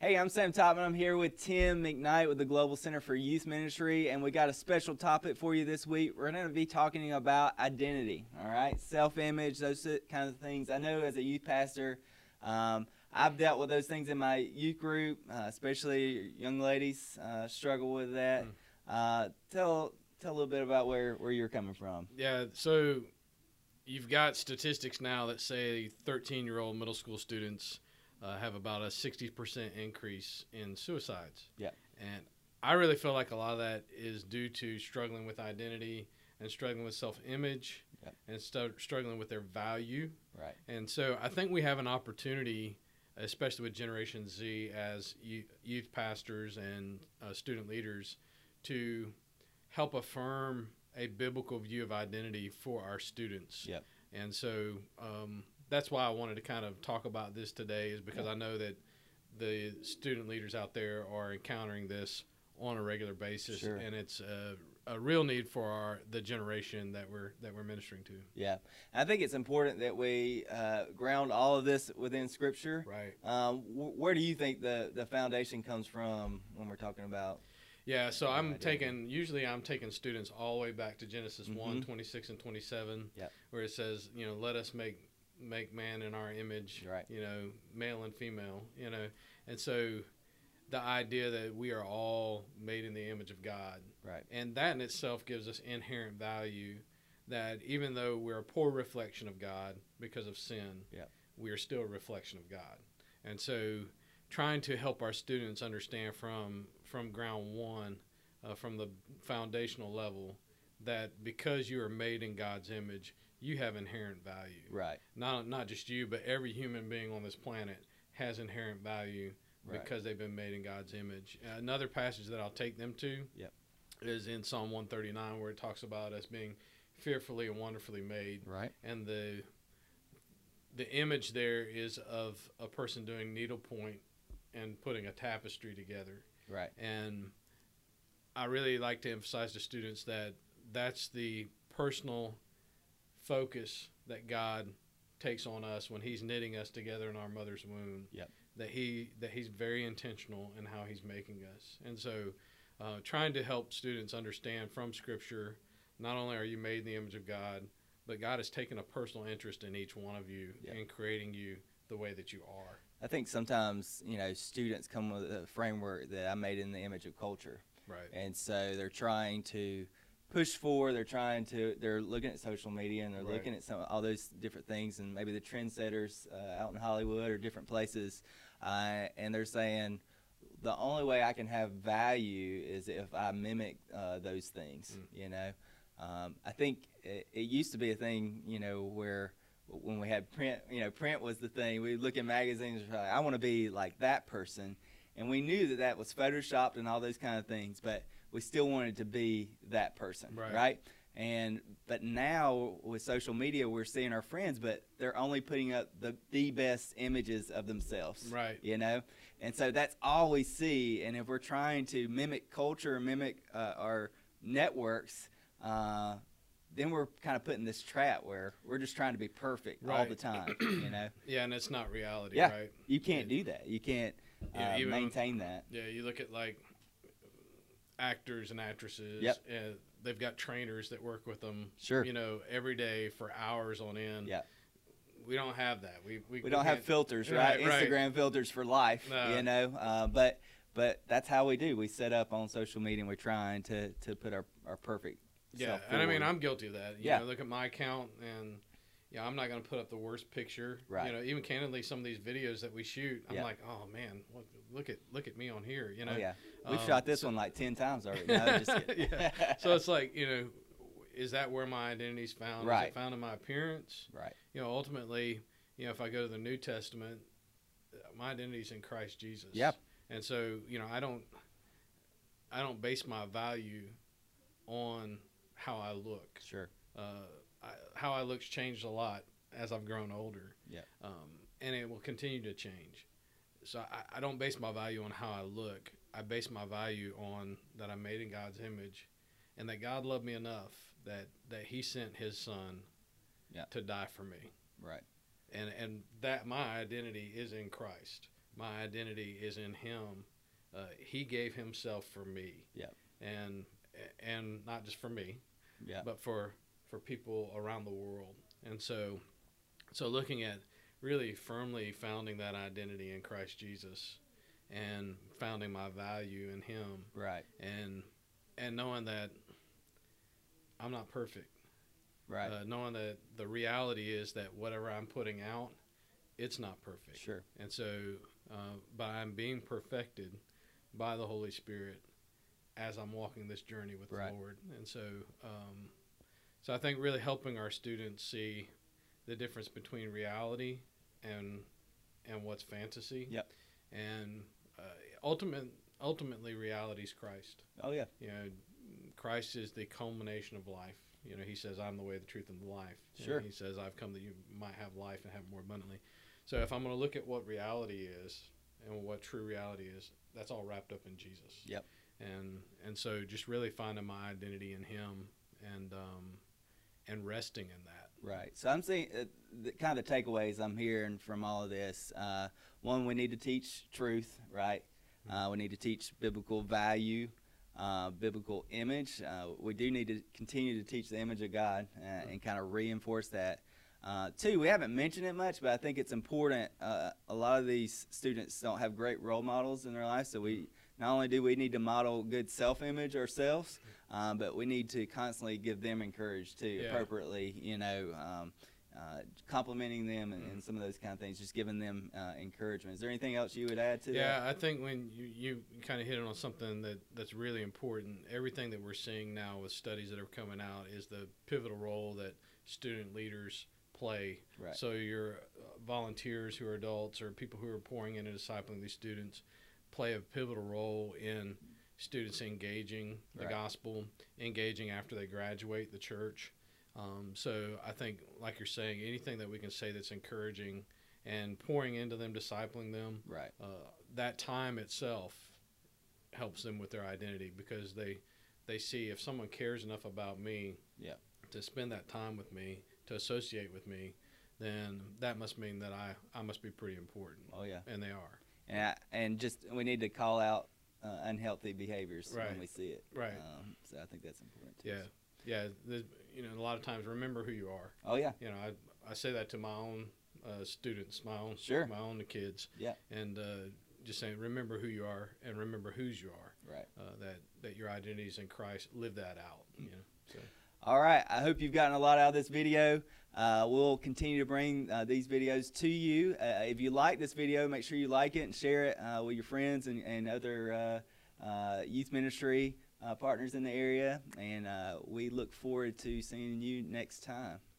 Hey, I'm Sam Topman. I'm here with Tim McKnight with the Global Center for Youth Ministry, and we got a special topic for you this week. We're going to be talking about identity, all right? Self image, those kind of things. I know as a youth pastor, um, I've dealt with those things in my youth group, uh, especially young ladies uh, struggle with that. Uh, tell tell a little bit about where, where you're coming from. Yeah, so you've got statistics now that say 13 year old middle school students uh, have about a 60% increase in suicides. Yeah. And I really feel like a lot of that is due to struggling with identity and struggling with self image Yeah. and stu- struggling with their value. Right. And so I think we have an opportunity, especially with Generation Z, as you- youth pastors and uh, student leaders, to help affirm a biblical view of identity for our students. Yep. And so um, that's why I wanted to kind of talk about this today, is because I know that the student leaders out there are encountering this on a regular basis, Sure. and it's a, a real need for our the generation that we're that we're ministering to. Yeah. I think it's important that we uh, ground all of this within Scripture. Right. Um, wh- where do you think the, the foundation comes from when we're talking about? Yeah, so Yeah, I I'm did. taking usually I'm taking students all the way back to Genesis one, Mhm. twenty six 1, 26 and 27 Yep. where it says, you know, let us make make man in our image, Right. you know, male and female, you know. And so the idea that we are all made in the image of God. Right. And that in itself gives us inherent value that even though we're a poor reflection of God because of sin, Yep. we are still a reflection of God. And so trying to help our students understand from from ground one, uh, from the foundational level, that because you are made in God's image, you have inherent value. Right. Not not just you, but every human being on this planet has inherent value Right. because they've been made in God's image. Another passage that I'll take them to Yep. is in Psalm 139, where it talks about us being fearfully and wonderfully made Right. and the the image there is of a person doing needlepoint and putting a tapestry together Right. and i really like to emphasize to students that that's the personal focus that god takes on us when he's knitting us together in our mother's womb Yep. that he that he's very intentional in how he's making us and so uh, trying to help students understand from scripture not only are you made in the image of god but god has taken a personal interest in each one of you Yep. in creating you the way that you are I think sometimes, you know, students come with a framework that I made in the image of culture. right And so they're trying to push forward. They're trying to. They're looking at social media and they're Right. looking at some all those different things and maybe the trendsetters uh, out in Hollywood or different places, uh, and they're saying the only way I can have value is if I mimic uh, those things. Mm. You know, um, I think it, it used to be a thing. You know where. When we had print, you know, print was the thing. We look in magazines. We're like, I want to be like that person, and we knew that that was photoshopped and all those kind of things. But we still wanted to be that person, right? Right. And but now with social media, we're seeing our friends, but they're only putting up the the best images of themselves, right you know, and so that's all we see. And if we're trying to mimic culture, mimic uh, our networks, uh, then we're kind of put in this trap where we're just trying to be perfect all Right. the time. You know, yeah and it's not reality Yeah. right you can't do that. You can't uh, Yeah, even- maintain that. Yeah, you look at like actors and actresses. Yep. And they've got trainers that work with them. Sure. You know, every day for hours on end. Yeah. We don't have that. We we, we don't have can't- filters, right? Right, right. Instagram filters for life, No. you know. Uh, but but that's how we do. We set up on social media. and We're trying to to put our our perfect. Yeah, self and I mean forward. I'm guilty of that. You Yeah. know, look at my account and. Yeah, I'm not gonna put up the worst picture. Right. You know, even candidly, some of these videos that we shoot, I'm Yeah. like, oh man, look, look at look at me on here. You know. oh, yeah, we've um, shot this so- one like ten times already. No, just kidding. Yeah. So it's like, you know, is that where my identity's found? Is Right. it found in my appearance? right, you know, ultimately, you know, if I go to the New Testament, uh, my identity's in Christ Jesus. Yep. And so, you know, I don't, I don't base my value on how I look. sure, Uh, I, how I look's changed a lot as I've grown older. Yep. Um, and it will continue to change. So I, I don't base my value on how I look. I base my value on that I'm made in God's image, and that God loved me enough that that He sent His Son. Yep. To die for me right, and and that my identity is in Christ. my identity is in Him. Uh, he gave Himself for me. Yep. And and not just for me, Yeah. but for for people around the world. And so, so looking at really firmly founding that identity in Christ Jesus, and founding my value in Him, Right. and and knowing that I'm not perfect. Right. Uh, knowing that the reality is that whatever I'm putting out, it's not perfect. sure. And so, uh, by I'm being perfected by the Holy Spirit as I'm walking this journey with Right. the Lord. And so, um, so I think really helping our students see the difference between reality and and what's fantasy. Yep. And uh, ultimate ultimately, reality is Christ. Oh yeah. You know, Christ is the culmination of life. You know, He says, "I'm the way, the truth, and the life." You know, Sure. he says, "I've come that you might have life and have it more abundantly." So, if I'm going to look at what reality is and what true reality is, that's all wrapped up in Jesus. Yep. And and so, just really finding my identity in Him and um, and resting in that. Right. So I'm seeing uh, the kind of the takeaways I'm hearing from all of this. Uh, one, we need to teach truth, right? Uh, we need to teach biblical value, uh, biblical image. Uh, we do need to continue to teach the image of God uh, and kind of reinforce that. Uh, two, we haven't mentioned it much, but I think it's important. Uh, a lot of these students don't have great role models in their life, so we not only do we need to model good self-image ourselves, um, but we need to constantly give them encourage too, Yeah. appropriately. You know, um, uh, complimenting them Mm-hmm. and, and some of those kind of things, just giving them uh, encouragement. Is there anything else you would add to yeah, that? I think when you, you kind of hit on something that, that's really important, everything that we're seeing now with studies that are coming out is the pivotal role that student leaders play. Right. So your uh, volunteers who are adults or people who are pouring in and discipling these students play a pivotal role in students engaging the Right. gospel, engaging after they graduate the church. Um, so I think, like you're saying, anything that we can say that's encouraging and pouring into them, discipling them, Right. uh, that time itself helps them with their identity because they they see if someone cares enough about me Yep. to spend that time with me to associate with me then that must mean that I, I must be pretty important Oh yeah. and they are And I, and just we need to call out uh, unhealthy behaviors Right. when we see it. right Um, so I think that's important. Too. yeah yeah the, you know a lot of times remember who you are Oh yeah. you know I, I say that to my own uh, students my own Sure. my own kids Yeah. and uh, just saying remember who you are and remember whose you are Right. uh, that that your identity is in Christ live that out Mm. you know All right. I hope you've gotten a lot out of this video. Uh, we'll continue to bring uh, these videos to you. Uh, if you like this video, make sure you like it and share it uh, with your friends and, and other uh, uh, youth ministry uh, partners in the area. And uh, we look forward to seeing you next time.